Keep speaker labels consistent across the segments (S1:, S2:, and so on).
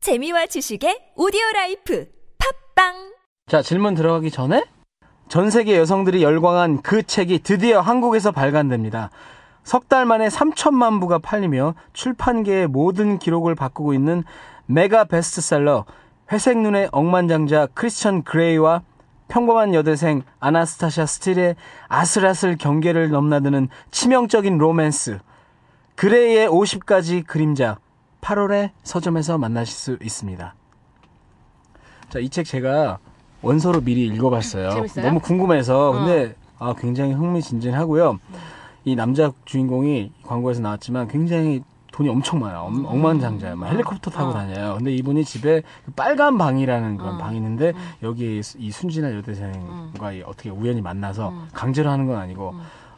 S1: 재미와 지식의 오디오 라이프 팝빵
S2: 자, 질문 들어가기 전에 전 세계 여성들이 열광한 그 책이 드디어 한국에서 발간됩니다. 석 달 만에 3천만 부가 팔리며 출판계의 모든 기록을 바꾸고 있는 메가 베스트셀러 회색 눈의 억만장자 크리스천 그레이와 평범한 여대생 아나스타샤 스틸의 아슬아슬 경계를 넘나드는 치명적인 로맨스 그레이의 50가지 그림자 8월에 서점에서 만나실 수 있습니다. 자, 이 책 제가 원서로 미리 읽어봤어요.
S3: 재밌어요?
S2: 너무 궁금해서 근데 아, 굉장히 흥미진진하고요. 이 남자 주인공이 광고에서 나왔지만 굉장히 돈이 엄청 많아요.
S3: 음.
S2: 엄- 억만장자예요. 막 헬리콥터
S3: 어.
S2: 타고 다녀요. 근데 이분이 집에 그 빨간 방이라는
S3: 음.
S2: 그런 방이 있는데 여기 수- 이 순진한 여대생과 이 어떻게 우연히 만나서
S3: 음.
S2: 강제로 하는 건 아니고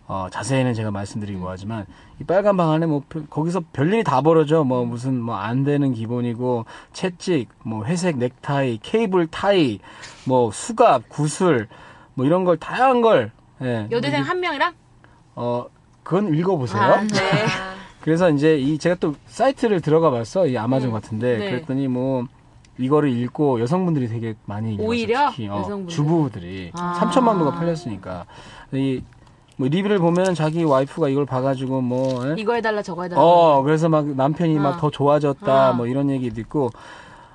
S2: 어, 자세히는 제가 말씀드리기 뭐하지만 이 빨간 방 안에 뭐 별- 거기서 별일이 다 벌어져 뭐 무슨 뭐 안 되는 기본이고 채찍 뭐 회색 넥타이 케이블 타이 뭐 수갑 구슬 뭐 이런 걸 다양한 걸 예.
S3: 여대생 한 명이랑?
S2: 어 그건 읽어보세요.
S3: 네.
S2: 그래서 이제 이 제가 또 사이트를 들어가 봤어 이 아마존 같은데
S3: 네.
S2: 그랬더니 뭐 이거를 읽고 여성분들이 되게 많이 읽었어요.
S3: 오히려
S2: 특히 어,
S3: 여성분들.
S2: 주부들이
S3: 아.
S2: 3천만 부가 팔렸으니까 이 뭐 리뷰를 보면 자기 와이프가 이걸 봐가지고 뭐 예?
S3: 이거 해달라 저거 해달라.
S2: 어, 그래서 막 남편이 막
S3: 어.
S2: 더 좋아졌다,
S3: 어.
S2: 뭐 이런 얘기도 있고.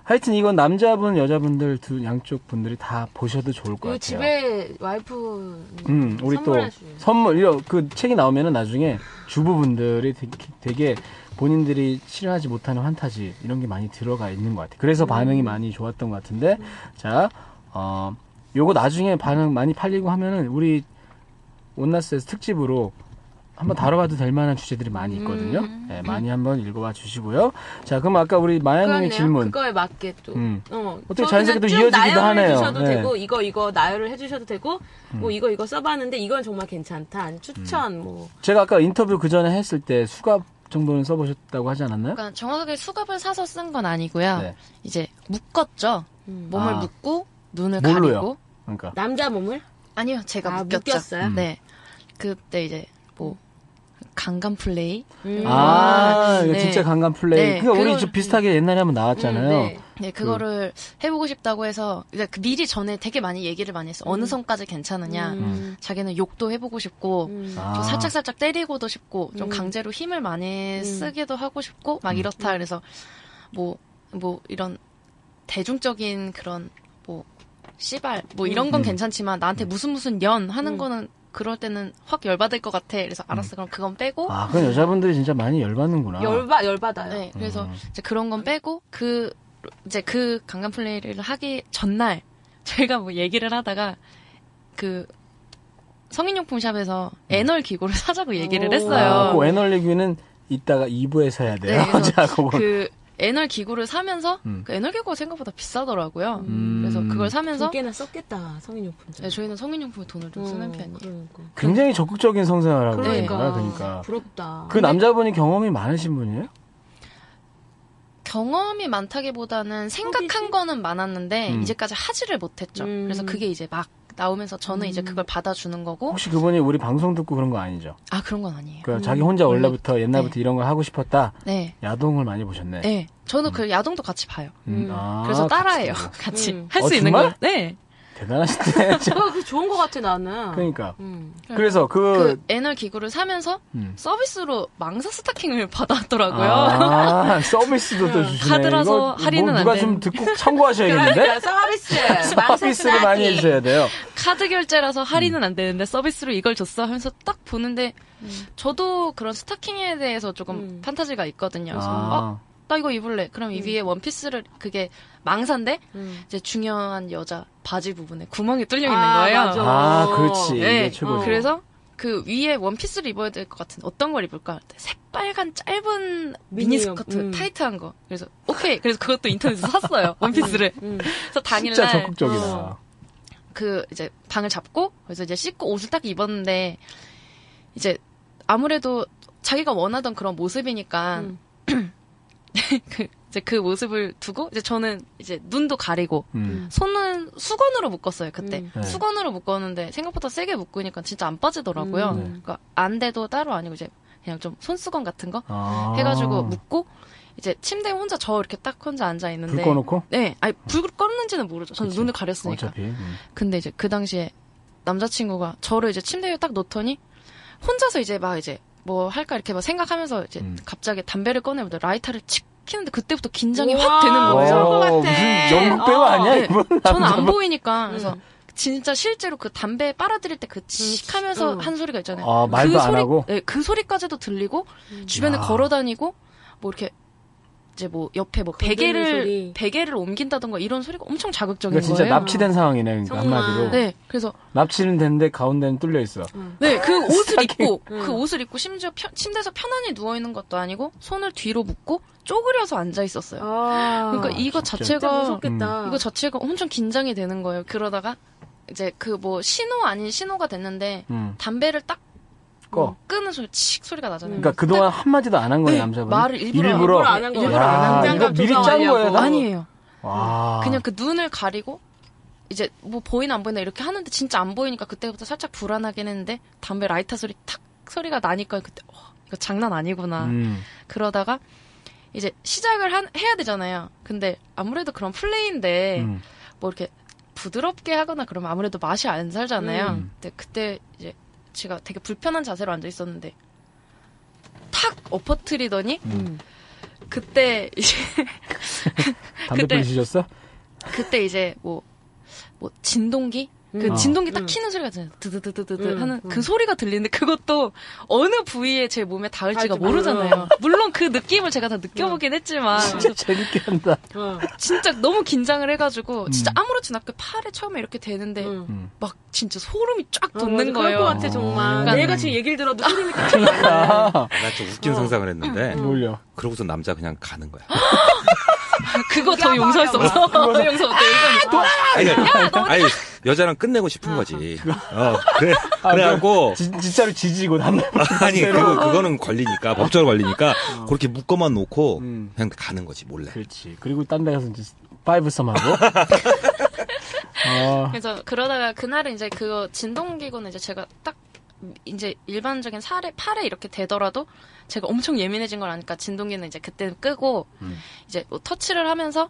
S2: 하여튼 이건 남자분, 여자분들 두 양쪽 분들이 다 보셔도 좋을 것
S3: 이거
S2: 같아요.
S3: 집에 와이프
S2: 음, 우리 또
S3: 선물해 주세요.
S2: 선물 이런 그 책이 나오면은 나중에 주부분들이 되게, 되게 본인들이 치료하지 못하는 환타지 이런 게 많이 들어가 있는 것 같아요.
S3: 음.
S2: 그래서 반응이 많이 좋았던 것 같은데, 자, 어, 요거 나중에 반응 많이 팔리고 하면은 우리 온나스에서 특집으로 한번 다뤄봐도 될 만한 주제들이 많이 있거든요.
S3: 음.
S2: 예, 많이 한번 읽어봐 주시고요. 자, 그럼 아까 우리 마야님의
S3: 그렇네요.
S2: 질문.
S3: 그거에 맞게 또.
S2: 음.
S3: 어,
S2: 어떻게
S3: 저는
S2: 자연스럽게
S3: 쭉
S2: 이어지기도
S3: 나열을
S2: 하네요.
S3: 해주셔도
S2: 네. 음.
S3: 되고 이거 이거 나열을 해주셔도 되고 뭐 이거 이거 써봤는데 이건 정말 괜찮다. 추천 뭐
S2: 제가 아까 인터뷰 그 전에 했을 때 수갑 정도는 써보셨다고 하지 않았나요?
S4: 그러니까 정확하게 수갑을 사서 쓴 건 아니고요.
S2: 네.
S4: 이제 묶었죠. 몸을
S2: 아.
S4: 묶고 눈을
S2: 뭘로요?
S4: 가리고
S2: 그러니까.
S3: 음. 뭐, 남자 몸을
S4: 아니요, 제가
S3: 아,
S4: 묶였죠.
S3: 묶였어요? 음.
S4: 네, 그때 이제 뭐 강간 플레이.
S3: 음.
S2: 아, 이거
S4: 네.
S2: 진짜 강간 플레이.
S4: 네,
S2: 그거 우리
S4: 그걸-
S2: 좀 비슷하게 옛날에 한번 나왔잖아요.
S3: 음, 네.
S4: 네, 그거를
S2: 음.
S4: 해보고 싶다고 해서 이제 그 미리 전에 되게 많이 얘기를 많이 했어. 어느 선까지 괜찮으냐.
S3: 음.
S4: 자기는 욕도 해보고 싶고.
S3: 음.
S2: 아.
S4: 좀 살짝살짝 때리고도 싶고 좀
S3: 음.
S4: 강제로 힘을 많이
S3: 음.
S4: 쓰기도 하고 싶고
S2: 음.
S4: 막 이렇다 그래서 뭐 뭐 이런 대중적인 그런 뭐 씨발 뭐 이런 건
S2: 음.
S4: 괜찮지만 나한테 무슨 무슨 연 하는
S3: 음.
S4: 거는 그럴 때는 확 열받을 것 같아 그래서 알았어 그럼 그건 빼고
S2: 음. 아, 그건 여자분들이 진짜 많이 열받는구나.
S3: 열받 열받아요.
S4: 네 그래서
S2: 음.
S4: 이제 그런 건 빼고 그 이제 그 강간 플레이를 하기 전날 저희가 뭐 얘기를 하다가 그 성인용품 샵에서 애널 기구를 사자고 얘기를
S3: 오.
S4: 했어요.
S2: 음. 아, 그 애널리기는 이따가 2부에서 해야 돼요.
S4: 네, 그래서
S2: 자, 그거.
S4: 그 애널 기구를 사면서
S2: 음.
S4: 그 애널 기구가 생각보다 비싸더라고요.
S2: 음.
S4: 그래서 그걸 사면서
S3: 두 개나 썼겠다 성인용품점. 어,
S4: 네, 저희는 성인용품에 돈을 좀 쓰는 편이에요.
S3: 그러니까.
S2: 굉장히 적극적인 성생활 하고 있는
S4: 그러니까. 어?
S2: 거야. 그러니까.
S3: 부럽다.
S2: 그 남자분이 경험이 많으신 분이에요?
S4: 경험이 많다기보다는 생각한
S3: 호기심?
S4: 거는 많았는데
S2: 음.
S4: 이제까지 하지를 못했죠.
S3: 음.
S4: 그래서 그게 이제 막 나오면서 저는 이제 그걸 받아주는 거고
S2: 혹시 그분이 우리 방송 듣고 그런 거 아니죠?
S4: 아 그런 건 아니에요.
S2: 그러니까 자기 혼자
S4: 음,
S2: 원래부터 옛날부터 이런 걸 하고 싶었다.
S4: 네,
S2: 야동을 많이 보셨네.
S4: 네. 저는 그 야동도 같이 봐요.
S2: 음,
S3: 음.
S2: 아,
S4: 그래서 따라해요.
S2: 같이
S4: 같이
S3: 음.
S4: 할
S2: 어,
S4: 수 있는
S2: 정말?
S4: 거. 네.
S2: 보고. 대단하시네. 참.
S3: 어, 그 좋은 것 같아 나는.
S2: 그러니까.
S3: 음.
S2: 그래서 그,
S4: 어. 그 애널 기구를 사면서
S2: 음.
S4: 서비스로 망사 스타킹을 받았더라고요.
S2: 아, 서비스도 또 주시네.
S4: 카드라서
S2: 이거
S4: 할인은
S2: 뭐
S4: 안 그러니까
S2: 누가
S4: 되는-
S2: 좀 듣고 참고하셔야겠는데?
S3: 야, 서비스.
S2: 서비스를 많이 해주셔야 돼요.
S4: 카드 결제라서
S2: 음.
S4: 할인은 안 되는데 서비스로 이걸 줬어 하면서 딱 보는데 저도 그런 스타킹에 대해서 조금
S3: 음.
S4: 판타지가 있거든요. 그래서
S2: 아,
S4: 어, 나 이거 입을래. 그럼 이
S3: 음.
S4: 위에 원피스를 그게 망사인데
S3: 음.
S4: 이제 중요한 여자 바지 부분에 구멍이 뚫려 있는
S3: 아,
S4: 거예요.
S3: 맞아.
S2: 아, 그렇지.
S4: 네.
S2: 이게 최고지.
S3: 어.
S4: 그래서 그 위에 원피스를 입어야 될 것 같은 어떤 걸 입을까? 새빨간 짧은 미니스커트
S3: 미니요. 음.
S4: 타이트한 거. 그래서 오케이. 그래서 그것도 인터넷에서 샀어요. 원피스를.
S3: 음.
S4: 그래서 당일날
S2: 진짜 적극적이다.
S3: 어.
S4: 그 이제 방을 잡고 그래서 이제 씻고 옷을 딱 입었는데 이제 아무래도 자기가 원하던 그런 모습이니까
S3: 음.
S4: 그 이제 그 모습을 두고 이제 저는 이제 눈도 가리고
S2: 음.
S4: 손은 수건으로 묶었어요 그때
S3: 음.
S2: 네.
S4: 수건으로 묶었는데 생각보다 세게 묶으니까 진짜 안 빠지더라고요
S3: 음.
S2: 네.
S4: 그러니까 안돼도 따로 아니고 이제 그냥 좀 손수건 같은 거
S2: 아.
S4: 해가지고 묶고 이제 침대에 혼자 저 이렇게 딱 혼자 앉아 있는데
S2: 불 꺼놓고
S4: 네, 아니 불 껐는지는 모르죠. 저는
S2: 그치.
S4: 눈을 가렸으니까.
S2: 어차피 음.
S4: 근데 이제 그 당시에 남자친구가 저를 이제 침대에 딱 놓더니 혼자서 이제 막 이제 뭐 할까 이렇게 막 생각하면서 이제
S2: 음.
S4: 갑자기 담배를 꺼내보다 라이터를 칙 키는데 그때부터 긴장이
S3: 우와.
S4: 확 되는 거예요.
S3: 것 같아.
S2: 어, 무슨 영국 배우
S3: 어.
S2: 아니야?
S4: 네,
S2: 이분?
S4: 저는 안
S2: 남자분.
S4: 보이니까 그래서 진짜 실제로 그 담배 빨아들일 때 그 칙 하면서
S3: 음. 음.
S4: 한 소리가 있잖아요.
S2: 아, 말도
S4: 그
S2: 안
S4: 소리,
S2: 하고?
S4: 네, 그 소리까지도 들리고
S3: 음.
S4: 주변에
S2: 야.
S4: 걸어다니고 뭐 이렇게 이제 뭐 옆에 뭐
S3: 건드는
S4: 베개를
S3: 소리.
S4: 베개를 옮긴다던가 이런 소리가 엄청 자극적인
S2: 그러니까 진짜
S4: 거예요.
S2: 납치된 상황이네. 그러니까
S3: 정말.
S2: 한마디로
S4: 네, 그래서
S2: 납치는 됐는데 가운데는 뚫려 있어.
S4: 네, 그 옷을
S2: 아, 사기.
S4: 입고,
S3: 음.
S4: 그 옷을 입고 심지어 편- 침대에서 편안히 누워있는 것도 아니고, 손을 뒤로 묶고, 쪼그려서 앉아있었어요.
S3: 아.
S4: 그러니까 이거
S2: 진짜.
S3: 진짜
S4: 자체가,
S3: 무섭겠다.
S4: 이거 자체가 엄청 긴장이 되는 거예요. 그러다가, 이제 그 뭐 신호 아닌 신호가 됐는데,
S2: 음.
S4: 담배를 딱
S2: 꺼.
S4: 끄는 소리, 칙 소리가 나잖아요.
S2: 어. 그러니까 그동안 한 마디도 안 한 거예요,
S4: 음. 네,
S2: 남자분.
S4: 말을 일부러-
S3: 일부러 안 한 거예요.
S4: 일부러 안
S2: 야,
S4: 한 거예요.
S2: 이거 미리 짠
S3: 긴장감
S2: 거예요.
S3: 조절하려고.
S2: 나?
S4: 아니에요.
S2: 와.
S4: 그냥 그 눈을 가리고, 이제 뭐 보이나 안 보이나 이렇게 하는데 진짜 안 보이니까 그때부터 살짝 불안하긴 했는데, 담배 라이터 소리 탁 소리가 나니까 그때, 어, 이거 장난 아니구나.
S2: 음.
S4: 그러다가 이제 시작을 한- 해야 되잖아요. 근데 아무래도 그런 플레이인데
S2: 음.
S4: 뭐 이렇게 부드럽게 하거나 그러면 아무래도 맛이 안 살잖아요.
S2: 음.
S4: 근데 그때 이제 제가 되게 불편한 자세로 앉아 있었는데 탁 엎어뜨리더니
S2: 음.
S4: 그때 이제
S2: 담배
S4: 그때-
S2: 피우셨어?
S4: 그때 이제 뭐, 뭐 진동기 그
S3: 음.
S4: 진동기 딱
S3: 음.
S4: 키는 소리가 있잖아요. 드드드드드
S3: 음,
S4: 하는
S3: 음.
S4: 그 소리가 들리는데 그것도 어느 부위에 제 몸에 닿을지가
S3: 닿을지
S4: 모르잖아요. 물론 그 느낌을 제가 다 느껴보긴 했지만
S2: 진짜 재밌게 한다.
S3: 어.
S4: 진짜 너무 긴장을 해가지고
S2: 음.
S4: 진짜 아무렇지 않게 팔에 처음에 이렇게 되는데
S3: 음.
S2: 음.
S4: 막 진짜 소름이 쫙
S3: 어,
S4: 돋는
S3: 맞아. 그럴 것
S4: 거예요.
S3: 같아 정말.
S2: 그러니까-
S3: 내가 지금 얘기를 들어도 소름이
S4: 네.
S2: 아,
S5: 난좀 웃긴
S3: 어.
S5: 상상을 했는데
S2: 몰려.
S5: 그러고서 남자 그냥 가는 거야.
S4: 그거 더 용서할 수 없어. 더 용서 못해. 용서
S5: 아니, 아니 여자랑 끝내고 싶은 거지. 어, 그래, 그래갖고
S2: 아, 지, 진짜로 지지고 담배.
S5: 아니 그 그거는 걸리니까 법적으로 걸리니까 그렇게 묶어만 놓고
S2: 음.
S5: 그냥 가는 거지 몰래.
S2: 그렇지. 그리고 딴 데 가서 이제 파이브 썸하고. 어,
S4: 그래서 그러다가 그날은 이제 그거 진동기구는 이제 제가 딱 이제 일반적인 살에 팔에 이렇게 되더라도 제가 엄청 예민해진 걸 아니까 진동기는 이제 그때 끄고
S2: 음.
S4: 이제 뭐 터치를 하면서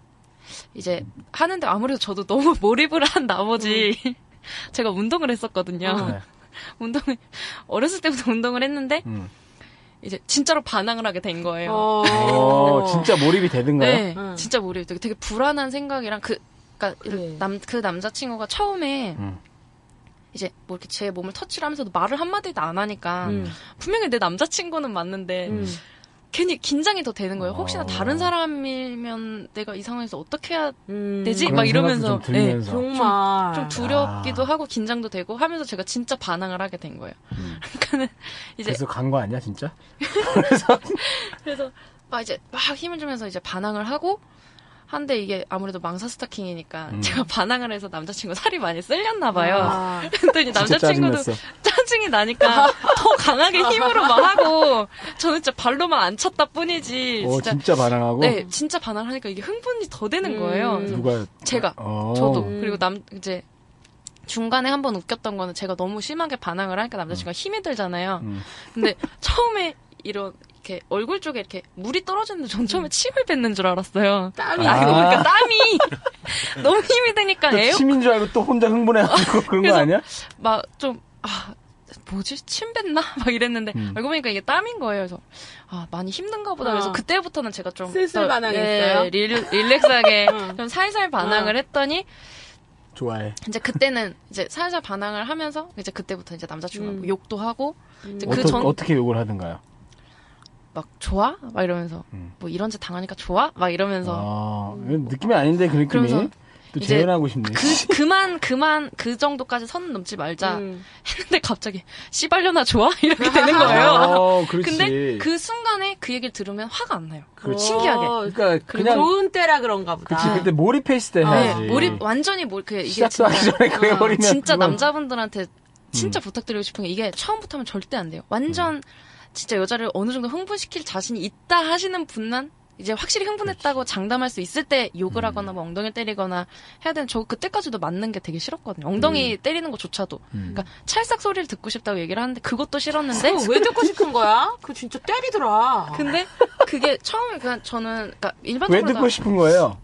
S4: 이제 하는데 아무래도 저도 너무 몰입을 한 나머지
S3: 음.
S4: 제가 운동을 했었거든요.
S2: 네.
S4: 운동을 어렸을 때부터 운동을 했는데
S2: 음.
S4: 이제 진짜로 반항을 하게 된 거예요.
S3: 어. 음.
S2: 어, 진짜 몰입이 되든가요?
S4: 네,
S3: 응.
S4: 진짜 몰입이 되게, 되게 불안한 생각이랑 그, 그러니까
S3: 그래.
S4: 남, 그 남자친구가 처음에
S2: 음.
S4: 이제 뭐 이렇게 제 몸을 터치를 하면서도 말을 한마디도 안 하니까
S3: 음.
S4: 분명히 내 남자친구는 맞는데
S3: 음.
S4: 괜히 긴장이 더 되는 거예요.
S2: 어.
S4: 혹시나 다른 사람이면 내가 이 상황에서 어떻게 해야
S3: 음.
S4: 되지?
S2: 그런
S4: 막
S2: 생각도
S4: 이러면서, 네,
S2: 좀 들면서.
S3: 정말.
S4: 좀 두렵기도 하고 긴장도 되고 하면서 제가 진짜 반항을 하게 된 거예요. 그러니까는 이제
S2: 그래서 간 거 아니야, 진짜?
S4: 그래서 막 이제 막 힘을 주면서 이제 반항을 하고 한데 이게 아무래도 망사 스타킹이니까
S2: 음.
S4: 제가 반항을 해서 남자친구 살이 많이 쓸렸나 봐요.
S3: 아.
S4: 그랬더니
S2: 진짜
S4: 남자친구도
S2: 짜증났어.
S4: 짜증이 나니까 더 강하게 힘으로 막 하고 저는 진짜 발로만 안 찼다 뿐이지
S2: 어,
S4: 네, 진짜
S2: 진짜 반항하고?
S4: 네 진짜 반항을 하니까 이게 흥분이 더 되는
S3: 음.
S4: 거예요.
S2: 누가?
S4: 제가
S2: 어.
S4: 저도
S3: 음.
S4: 그리고 남 이제 중간에 한 번 웃겼던 거는 제가 너무 심하게 반항을 하니까 남자친구가 힘이 들잖아요.
S2: 음.
S4: 근데 처음에 이런 이렇게 얼굴 쪽에 이렇게 물이 떨어지는데 전 처음에 침을 뱉는 줄 알았어요.
S3: 땀이
S4: 아니
S2: 아.
S4: 그러니까 땀이 너무 힘이 드니까
S2: 또
S4: 에어
S2: 침인 줄 알고 또 혼자 흥분해가지고 그런 거
S4: 그래서-
S2: 아니야?
S4: 막좀 아. 뭐지 침 뱉나 막 이랬는데
S2: 음.
S4: 알고 보니까 이게 땀인 거예요. 그래서 아 많이 힘든가 보다. 그래서
S3: 어.
S4: 그때부터는 제가 좀
S3: 슬슬
S4: 더,
S3: 반항했어요? 음.
S4: 네, 릴, 릴렉스하게
S3: 응.
S4: 좀 살살 반항을 했더니
S2: 좋아해.
S4: 이제 그때는 이제 살살 반항을 하면서 이제 그때부터 이제 남자친구가
S3: 음.
S4: 뭐 욕도 하고 이제
S2: 어떻게,
S4: 그 전 막
S2: 어떻게 욕을 하든가요?
S4: 좋아 막 이러면서
S2: 음.
S4: 뭐 이런 짓 당하니까 좋아 막 이러면서
S2: 아, 이건 느낌이 아닌데, 그 느낌이.
S4: 그러면서
S2: 또
S4: 이제
S2: 재현하고 싶네.
S4: 그 그만 그만 그 정도까지 선 넘지 말자
S3: 음.
S4: 했는데 갑자기 씨발려나 좋아 이렇게 되는 거예요.
S2: 어, 그렇지.
S4: 근데 그 순간에 그 얘기를 들으면 화가 안 나요.
S2: 그렇지.
S4: 신기하게.
S3: 어,
S2: 그러니까
S3: 그냥
S2: 그냥
S3: 좋은 때라 그런가 보다.
S2: 그치 근데 몰입해 있을 때
S3: 아,
S4: 네,
S2: 해야지.
S4: 몰입 완전히 몰 그 이게
S2: 시작도
S4: 진짜, 아,
S2: 하기 전에 그거
S3: 어,
S2: 해버리면 음.
S4: 진짜
S2: 그건-
S4: 남자분들한테 진짜 부탁드리고 싶은 게 이게 처음부터 하면 절대 안 돼요. 완전 진짜 여자를 어느 정도 흥분시킬 자신이 있다 하시는 분만 이제 확실히 흥분했다고
S2: 그렇죠.
S4: 장담할 수 있을 때
S2: 음.
S4: 욕을 하거나 뭐 엉덩이 때리거나 해야 되는 저 그때까지도 맞는 게 되게 싫었거든요.
S2: 음.
S4: 엉덩이 때리는 것조차도. 그러니까 찰싹 소리를 듣고 싶다고 얘기를 하는데 그것도 싫었는데
S3: 그거 어, 왜 듣고 싶은 거야? 그거 진짜 때리더라.
S4: 근데 그게 처음에 그냥 저는 그러니까
S2: 왜
S4: 일반적으로
S2: 듣고 싶은 거예요?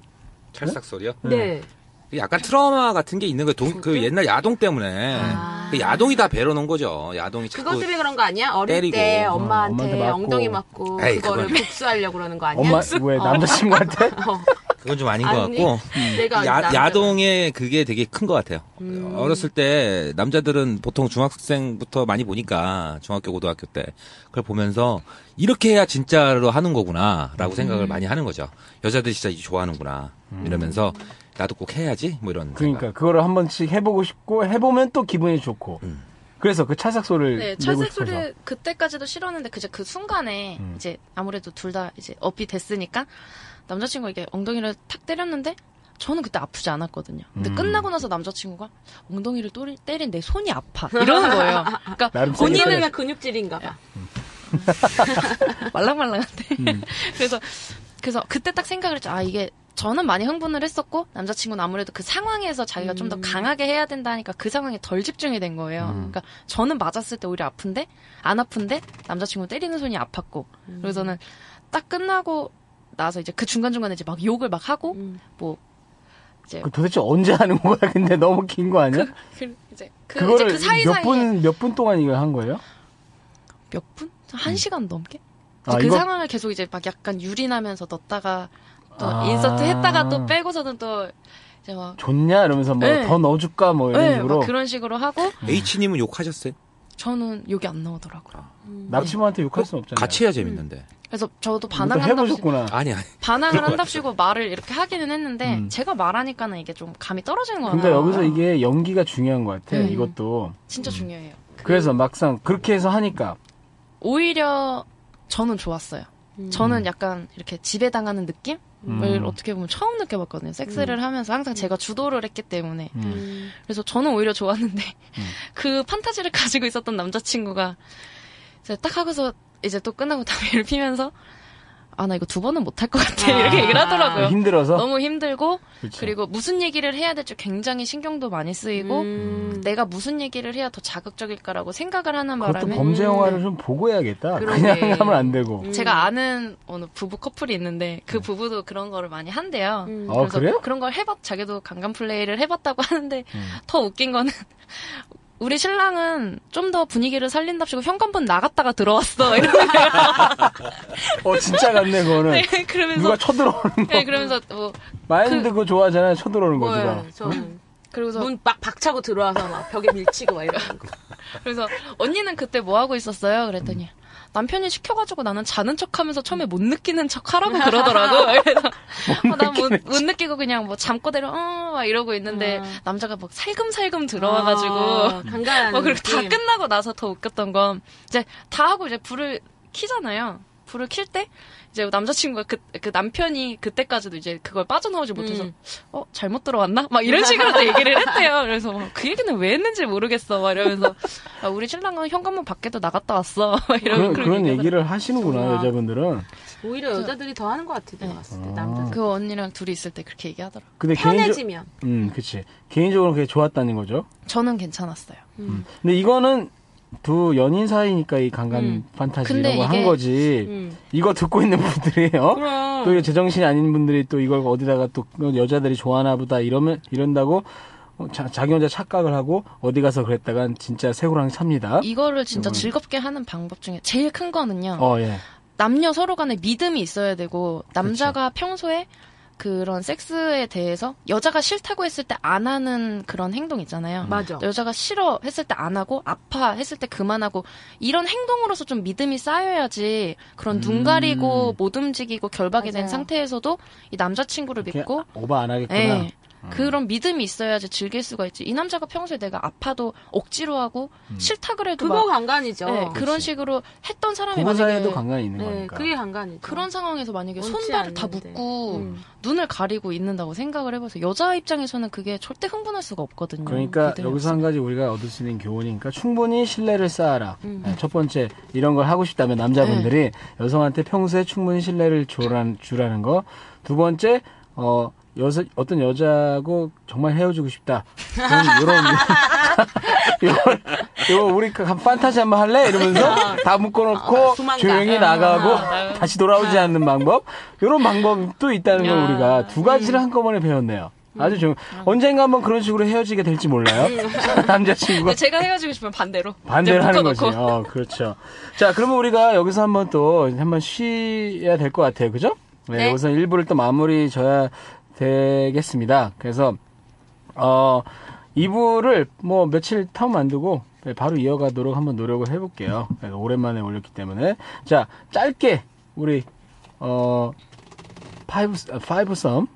S5: 찰싹 소리요?
S3: 네.
S5: 그 약간 트라우마 같은 게 있는 거예요. 동- 그 옛날 야동 때문에.
S3: 아.
S5: 그 야동이 다 배려놓은 거죠. 야동이
S3: 그것
S5: 자꾸.
S3: 때문에 그런 거 아니야? 어릴
S5: 때리고.
S3: 때
S5: 어,
S2: 엄마한테
S3: 엄마한테
S2: 맞고.
S3: 엉덩이 맞고
S5: 에이,
S3: 그거를
S5: 그건-
S3: 복수하려고 그러는 거 아니야?
S2: 엄마 왜 남자친구한테?
S3: 어.
S5: 그건 좀 아닌 것
S3: 아니,
S5: 같고.
S3: 내가
S5: 야,
S3: 그 남자가-
S5: 야동의 그게 되게 큰 것 같아요. 어렸을 때 남자들은 보통 중학생부터 많이 보니까 중학교 고등학교 때 그걸 보면서 이렇게 해야 진짜로 하는 거구나라고 생각을 많이 하는 거죠. 여자들이 진짜 이거 좋아하는구나 이러면서 나도 꼭 해야지 뭐 이런
S2: 음. 그러니까 그거를 한 번씩 해보고 싶고 해보면 또 기분이 좋고.
S5: 음.
S2: 그래서 그 찰싹 소리를
S4: 네,
S2: 내고
S4: 찰색
S2: 싶어서. 음.
S4: 소리를 그때까지도 싫었는데 그저 그 순간에 이제 아무래도 둘 다 이제 업이 됐으니까 남자친구가 이게 엉덩이를 탁 때렸는데 저는 그때 아프지 않았거든요.
S2: 음.
S4: 근데 끝나고 나서 남자친구가 엉덩이를 또 때린 내 손이 아파 이러는 거예요. 그러니까
S2: 나름 세게
S4: 언니는
S2: 때렸어.
S3: 언니는 근육질인가 봐.
S4: 말랑말랑한데. 그래서, 그래서 그때 딱 생각을 했죠. 아, 이게, 저는 많이 흥분을 했었고, 남자친구는 아무래도 그 상황에서 자기가 좀 더 강하게 해야 된다 하니까 그 상황에 덜 집중이 된 거예요. 그러니까 저는 맞았을 때 오히려 아픈데, 안 아픈데, 남자친구 때리는 손이 아팠고. 그래서 저는 딱 끝나고 나서 이제 그 중간중간에 이제 막 욕을 막 하고, 뭐, 이제,
S2: 그 도대체 언제 하는 거야? 근데 너무 긴 거 아니야?
S4: 그, 이제, 그,
S2: 그, 거를
S4: 이제 그
S2: 몇
S4: 사이사이에.
S2: 분 몇 분 동안 이걸 한 거예요?
S4: 몇 분? 한 시간 넘게?
S2: 아,
S4: 그
S2: 이거-
S4: 상황을 계속 이제 막 약간 유린하면서 넣었다가 또
S2: 아.
S4: 인서트 했다가 또 빼고서는 또 이제 막,
S2: 좋냐 이러면서 뭐
S4: 네.
S2: 더 넣어줄까 뭐 이런
S4: 네,
S2: 식으로
S4: 막 그런 식으로 하고
S5: H님은 욕하셨어요?
S4: 저는 욕이 안 나오더라고요.
S2: 남친한테 욕할 순 없잖아요.
S5: 같이 해야 재밌는데.
S4: 그래서 저도
S2: 이것도
S4: 반항한답시고
S2: 해보셨구나.
S5: 아니 아니.
S4: 반항을 한답시고 말을 이렇게 하기는 했는데
S2: 음.
S4: 제가 말하니까는 이게 좀 감이 떨어지는 거
S2: 근데
S4: 같아요.
S2: 여기서 이게 연기가 중요한 것 같아.
S4: 음.
S2: 이것도
S4: 진짜 중요해요.
S2: 그래서 막상 그렇게 해서 하니까
S4: 오히려 저는 좋았어요. 저는 약간 이렇게 지배당하는 느낌을
S2: 음.
S4: 어떻게 보면 처음 느껴봤거든요. 섹스를 하면서 항상 제가 주도를 했기 때문에
S2: 음.
S4: 그래서 저는 오히려 좋았는데 그 판타지를 가지고 있었던 남자친구가 이제 딱 하고서 이제 또 끝나고 담배를 피면서 아 나 이거 두 번은 못할 것 같아
S3: 아.
S4: 이렇게 얘기를 하더라고요.
S2: 힘들어서 그렇죠.
S4: 너무 힘들고
S2: 그쵸.
S4: 그리고 무슨 얘기를 해야 될지 굉장히 신경도 많이 쓰이고
S3: 음.
S4: 내가 무슨 얘기를 해야 더 자극적일까라고 생각을 하는
S2: 그것도
S4: 바람에
S2: 범죄 영화를 좀 보고 해야겠다. 그
S3: 그러게.
S2: 냥 하면 안 되고.
S4: 제가 아는 어느 부부 커플이 있는데 그 부부도 그런 거를 많이 한대요.
S3: 음.
S2: 어
S4: 그래서
S2: 그래요?
S4: 그런 걸 해봤 자기도 강간 플레이를 해봤다고 하는데 더 웃긴 거는 우리 신랑은 좀 더 분위기를 살린답시고 현관문 나갔다가 들어왔어 이러는 거예요.
S2: 어 진짜 같네 그거는.
S4: 네, 그러면서
S2: 누가 쳐들어오는
S4: 네, 그러면서 뭐
S2: 마인드 그거 좋아하잖아요. 쳐들어오는 거 누가.
S3: 뭐예요? 저는
S4: 그러고서
S3: 문막 박차고 들어와서 막 벽에 밀치고 막 이러는 거.
S4: 그래서 언니는 그때 뭐 하고 있었어요? 그랬더니 남편이 시켜가지고 나는 자는 척하면서 처음에 못 느끼는 척 하라고 그러더라고. 그래서 어, 난못 못 느끼고 그냥 뭐 잠꼬대로 어막 이러고 있는데 남자가 막 살금살금 들어와가지고
S3: 아, 간간한
S4: 뭐 그리고 다
S3: 느낌.
S4: 끝나고 나서 더 웃겼던 건 이제 다 하고 이제 불을 켜잖아요. 불을 킬 때 이제 남자친구가 그, 그 남편이 그때까지도 이제 그걸 빠져나오지 못해서
S3: 음.
S4: 어 잘못 들어왔나 막 이런 식으로 또 얘기를 했대요. 그래서 막그 얘기는 왜 했는지 모르겠어 막 이러면서 아, 우리 신랑은 현관문 밖에도 나갔다 왔어 막 이런
S2: 그런, 그런 얘기를 하시는구나
S3: 정말.
S2: 여자분들은.
S3: 오히려 여자들이 더 하는 것 같아 내가 봤을 때 남자들
S4: 그 언니랑 둘이 있을 때 그렇게 얘기하더라. 고
S2: 근데 개인적
S3: 편해지면
S2: 음 그치 개인적으로 그게 좋았다는 거죠.
S4: 저는 괜찮았어요.
S2: 근데 이거는 두 연인 사이니까 이 강간
S4: 음.
S2: 판타지
S4: 근데
S2: 이런 걸 한
S4: 이게-
S2: 거지.
S3: 음.
S2: 이거 듣고 있는 분들이에요.
S3: 그럼.
S2: 또 이거 제정신이 아닌 분들이 또 이걸 어디다가 또 여자들이 좋아하나 보다 이러면 이런다고 어, 자, 자기 혼자 착각을 하고 어디 가서 그랬다간 진짜 새고랑 찹니다.
S4: 이거를
S2: 음.
S4: 진짜 즐겁게 하는 방법 중에 제일 큰 거는요.
S2: 어 예.
S4: 남녀 서로 간에 믿음이 있어야 되고 남자가
S2: 그렇죠.
S4: 평소에 그런 섹스에 대해서 여자가 싫다고 했을 때 안 하는 그런 행동 있잖아요.
S3: 음. 맞아.
S4: 여자가 싫어 했을 때 안 하고 아파 했을 때 그만하고 이런 행동으로서 좀 믿음이 쌓여야지
S2: 음.
S4: 그런 눈 가리고 못 움직이고 결박이 된
S3: 맞아요.
S4: 상태에서도 이 남자친구를
S2: 이렇게 아,
S4: 믿고
S2: 오바 안 하겠구나. 아.
S4: 예. 그런 믿음이 있어야지 즐길 수가 있지. 이 남자가 평소에 내가 아파도 억지로 하고 싫다 그래도
S3: 그거
S4: 막
S3: 간간이죠.
S4: 네, 그런
S2: 음. 그렇지.
S4: 식으로 했던 사람이
S2: 부부 사이에도
S4: 만약에
S2: 관계가 있는
S3: 네,
S2: 거니까.
S3: 그게 간간이죠.
S4: 그런 상황에서 만약에
S3: 원치
S4: 손발을 다
S3: 않는데.
S4: 묶고
S3: 음.
S4: 눈을 가리고 있는다고 생각을 해봐서 여자 입장에서는 그게 절대 흥분할 수가 없거든요.
S2: 그러니까
S4: 믿음이
S2: 여기서 한
S4: 없으면.
S2: 가지 우리가 얻을 수 있는 교훈이니까 충분히 신뢰를 쌓아라. 네, 첫 번째 이런 걸 하고 싶다면 남자분들이 여성한테 평소에 충분히 신뢰를 주라는, 주라는 거. 두 번째 어 여서, 어떤 여자하고 정말 헤어지고 싶다. 그럼 이런 이런 이거 우리 그 판타지 한번 할래 이러면서 다 묶어놓고
S3: 아, 도망가.
S2: 조용히
S3: 음,
S2: 나가고
S4: 아,
S2: 다시 돌아오지 않는 방법 이런 방법도 있다는 걸
S4: 야, 음.
S2: 우리가 두 가지를 한꺼번에 배웠네요. 아주 좋은. 언젠가 한번 그런 식으로 헤어지게 될지 몰라요.
S4: 음.
S2: 남자친구가
S4: 근데 제가 헤어지고 싶으면 반대로
S2: 반대를
S4: 이제
S2: 하는 거지.
S4: 묶어놓고.
S2: 어, 그렇죠. 자, 그러면 우리가 여기서 한번 또 한번 쉬어야 될 것 같아요. 그죠? 네,
S3: 네.
S2: 여기서 일부를 또 마무리 져야 되겠습니다. 그래서 어 2부를 뭐 며칠 텀 만두고 네, 바로 이어가도록 한번 노력을 해볼게요. 그래서 오랜만에 올렸기 때문에 자 짧게 우리 어 파이브 아, 파이브 썸.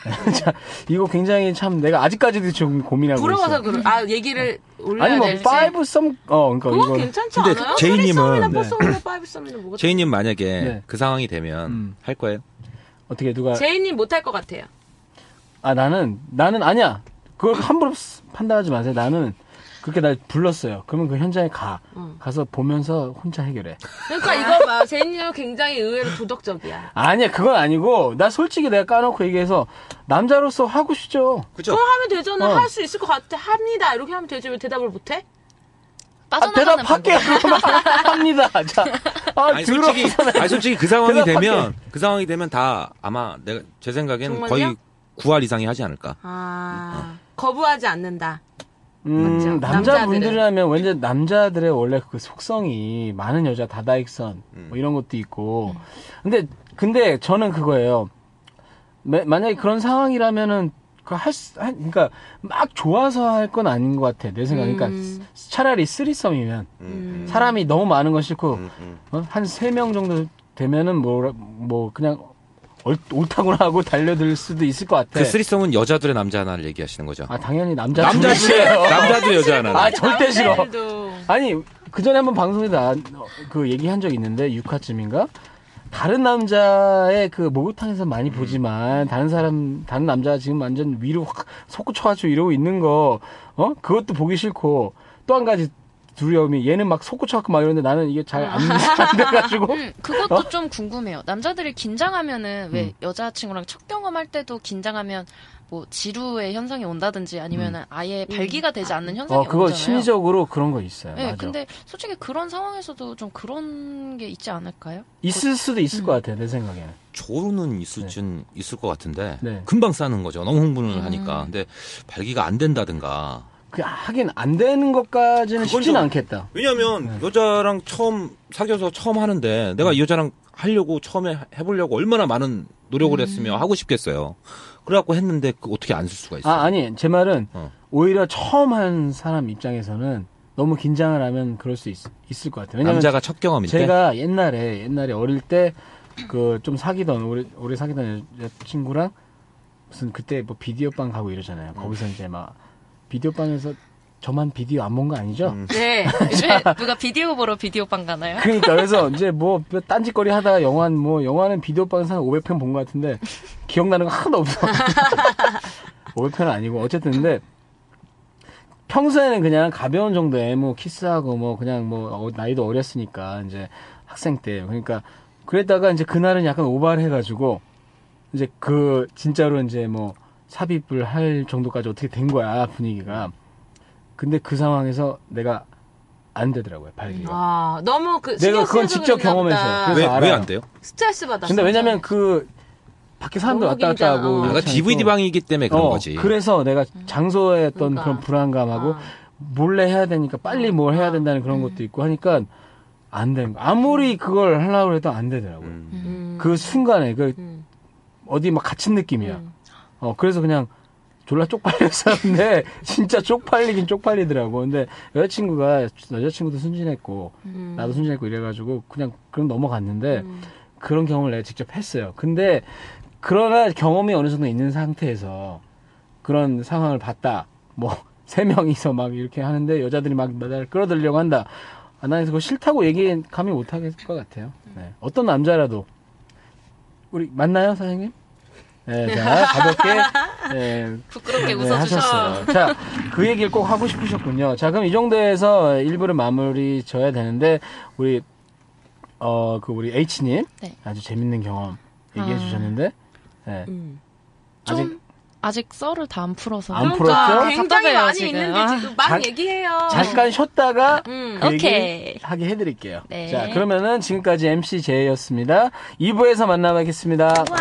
S2: 자 이거 굉장히 참 내가 아직까지도 좀 고민하고
S3: 부러워서
S2: 있어.
S3: 그런 아 얘기를 올려야
S2: 아니 뭐
S3: 될지.
S2: 파이브 썸어 그러니까
S3: 그건
S2: 이거
S3: 괜찮지
S5: 근데
S3: 않아요?
S5: 제이님은-
S3: 제이님은
S5: 네.
S3: 파이브썸이나 파이브썸이나 뭐가
S5: 제이님 만약에
S2: 네.
S5: 그 상황이 되면
S2: 음.
S5: 할 거예요?
S2: 어떻게 누가
S3: 제이님 못할 것 같아요.
S2: 아 나는 나는 아니야 그걸 함부로 쓰- 판단하지 마세요. 나는 그렇게 날 불렀어요. 그러면 그 현장에 가
S4: 음.
S2: 가서 보면서 혼자 해결해.
S3: 그러니까 이거 봐. 제이님은 굉장히 의외로 도덕적이야.
S2: 아니야, 그건 아니고, 나 솔직히 내가 까놓고 얘기해서, 남자로서 하고 싶죠.
S5: 그죠?
S3: 그거 하면 되잖아.
S2: 어.
S3: 할 수 있을 것 같아. 합니다. 이렇게 하면 되지. 왜 대답을 못해?
S2: 아,
S4: 빠져나가는
S2: 대답할게요.
S4: 방법.
S2: 그러면 합니다. 자, 아,
S5: 아니 솔직히
S2: 들어서.
S5: 아니 솔직히 그 상황이
S2: 대답밖에.
S5: 되면 그 상황이 되면 다 아마 내가 제 생각엔 거의
S3: 정말요?
S5: 9할 이상이 하지 않을까.
S3: 아 거부하지 않는다.
S2: 음,
S3: 맞죠.
S2: 남자분들이라면, 왠지 남자들의 원래 그 속성이, 많은 여자 다다익선,
S5: 음.
S2: 뭐 이런 것도 있고. 근데, 근데 저는 그거예요. 매- 만약에 그런 상황이라면은, 그 할, 수- 할- 그러니까, 막 좋아서 할 건 아닌 것 같아. 내 생각에. 그러니까,
S3: 음.
S2: 차라리 쓰리썸이면,
S5: 음,
S2: 사람이 너무 많은 건 싫고, 어?
S5: 음, 음.
S2: 한 세 명 정도 되면은 뭐, 뭐 그냥 얼, 옳다고나 하고 달려들 수도 있을 것 같아.
S5: 그 쓰리썸은 여자들의 남자 하나를 얘기하시는 거죠.
S2: 네. 아 당연히 남자
S5: 남자
S2: 둘이-
S5: 싫어요. 남자도 여자 하나.
S2: 아 절대 싫어.
S3: 남자들도.
S2: 아니 그 전에 한번 방송에 나그 얘기한 적 있는데 6화쯤인가 다른 남자의 그 목욕탕에서 많이
S4: 음.
S2: 보지만 다른 사람 다른 남자 가 지금 완전 위로 확 솟구쳐가지고 이러고 있는 거 어? 그것도 보기 싫고 또 한 가지 두려움이 얘는 막 솟구쳐갖고 막 이러는데 나는 이게 잘 안 돼가지고
S4: 음, 그것도
S2: 어?
S4: 좀 궁금해요. 남자들이 긴장하면은
S2: 음.
S4: 왜 여자친구랑 첫 경험할 때도 긴장하면 뭐 지루의 현상이 온다든지 아니면은 아예 발기가 되지 않는 현상이
S2: 음. 어 그거
S4: 오잖아요.
S2: 심리적으로 그런 거 있어요.
S4: 음. 네,
S2: 맞아.
S4: 근데 솔직히 그런 상황에서도 좀 그런 게 있지 않을까요?
S2: 있을 수도
S4: 음.
S2: 있을 것 같아요 내 생각에는.
S5: 조로는 있을 준 있을 것 같은데
S2: 네. 음.
S5: 금방 싸는 거죠. 너무 흥분을 하니까. 근데 발기가 안 된다든가.
S2: 그 하긴 안 되는 것까지는
S5: 그건
S2: 쉽진
S5: 좀-
S2: 않겠다.
S5: 왜냐하면
S2: 네.
S5: 여자랑 처음 사귀어서 처음 하는데 내가 이 여자랑 하려고 처음에 해보려고 얼마나 많은 노력을
S2: 음.
S5: 했으며 하고 싶겠어요. 그래갖고 했는데 그 어떻게 안 쓸 수가 있어?
S2: 아
S5: 요
S2: 아니 제 말은
S5: 어.
S2: 오히려 처음 한 사람 입장에서는 너무 긴장을 하면 그럴 수 있, 을것 같아요. 왜냐면
S5: 남자가 첫 경험인데.
S2: 제가 옛날에 옛날에 어릴 때 그 좀 사귀던 오래 오래 사귀던 여자친구랑 무슨 그때 뭐 비디오 방 가고 이러잖아요. 거기서
S5: 음.
S2: 이제 막 비디오 방에서 저만 비디오 안 본 거 아니죠?
S3: 네.
S4: 요즘에 누가 비디오 보러 비디오 방 가나요?
S2: 그러니까 그래서 이제 뭐 딴짓거리 하다가 영화 뭐 영화는 비디오 방에서 한 500편 본 것 같은데 기억나는 거 하나도 없어. 500편은 아니고 어쨌든 근데 평소에는 그냥 가벼운 정도의 뭐 키스하고 뭐 그냥 뭐 어, 나이도 어렸으니까 이제 학생 때 그러니까 그랬다가 이제 그날은 약간 오바를 해가지고 이제 그 진짜로 이제 뭐 삽입을 할 정도까지 어떻게 된 거야 분위기가 근데 그 상황에서 내가 안 되더라고요 발기가
S3: 아 너무 그
S2: 내가
S3: 신경
S2: 그건
S3: 쓰여서
S2: 직접
S3: 그랬나 보다.
S2: 경험해서. 그래서
S5: 왜
S2: 알아요.
S5: 안 돼요?
S3: 스트레스 받았어.
S2: 근데 왜냐면 그 밖에 사람들
S3: 너무
S2: 왔다 갔다
S3: 길잖아.
S2: 하고
S3: 어. 음.
S5: 아까
S2: 이렇잖아요.
S5: DVD 방이기 때문에 그런
S2: 어,
S5: 거지.
S2: 그래서 내가 장소에 어떤
S3: 그러니까.
S2: 그런 불안감하고
S3: 아. 음.
S2: 몰래 해야 되니까 빨리 뭘 해야 된다는 그런 것도 있고 하니까 안 되는 거. 아무리 그걸 하려고 해도 안 되더라고요.
S5: 음.
S3: 음.
S2: 그 순간에 그
S3: 음.
S2: 어디 막 갇힌 느낌이야.
S3: 음.
S2: 어 그래서 그냥 졸라 쪽팔렸었는데 진짜 쪽팔리긴 쪽팔리더라고. 근데 여자친구가 여자친구도 순진했고
S3: 음.
S2: 나도 순진했고 이래가지고 그냥 그럼 넘어갔는데 그런 경험을 내가 직접 했어요. 근데 그러나 경험이 어느 정도 있는 상태에서 그런 상황을 봤다. 뭐 세 명이서 막 이렇게 하는데 여자들이 막 나를 끌어들려고 한다. 아, 나는 그거 싫다고 얘기 감히 못 하겠을 것 같아요.
S3: 음.
S2: 네. 어떤 남자라도 우리 맞나요, 사장님? 네, 자, 가볍게 네,
S4: 부끄럽게
S2: 네,
S4: 웃어주셔.
S2: 하셨어요. 자, 그 얘기를 꼭 하고 싶으셨군요. 자, 그럼 이 정도에서 1부를 마무리 져야 되는데, 우리, 어, 그 우리 H님.
S4: 네.
S2: 아주 재밌는 경험 얘기해
S4: 아.
S2: 주셨는데, 네.
S3: 음.
S2: 아직
S4: 좀 아직 썰을 다 안 풀어서
S2: 안
S3: 그러니까
S2: 풀었죠?
S3: 굉장히
S4: 답답해요,
S3: 많이
S4: 지금.
S3: 있는데 지금 아. 막
S2: 그렇죠? 자-
S3: 얘기해요.
S2: 잠깐 쉬었다가
S3: 음.
S2: 그 얘기
S4: 오케이.
S2: 하게 해드릴게요.
S4: 네.
S2: 자, 그러면은 지금까지 MC 제이였습니다. 2부에서 만나뵙겠습니다.
S3: 와.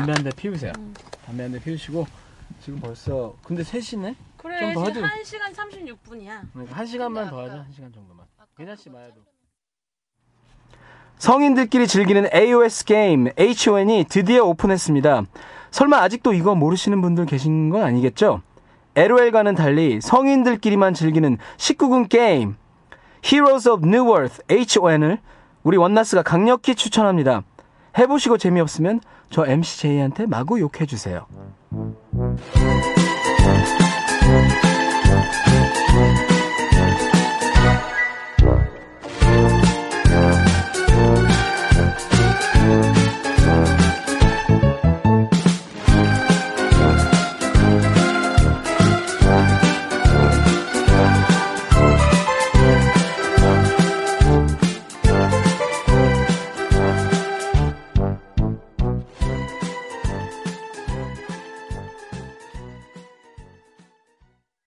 S2: 담배 한 대 피우세요. 담배 한 대 피우시고, 지금 벌써, 근데 3시네? 좀
S3: 그래
S2: 더
S3: 지금
S2: 하죠.
S3: 1시간 36분이야.
S2: 그러니까 한 시간만 더 하자.
S4: 아까-
S2: 한 시간 정도만. 그 괜찮 씨 마야도. 성인들끼리 즐기는 AOS 게임 HON이 드디어 오픈했습니다. 설마 아직도 이거 모르시는 분들 계신 건 아니겠죠? LOL과는 달리 성인들끼리만 즐기는 19금 게임 Heroes of New Earth HON을 우리 원나스가 강력히 추천합니다. 해보시고 재미없으면 저 MCJ한테 마구 욕해주세요.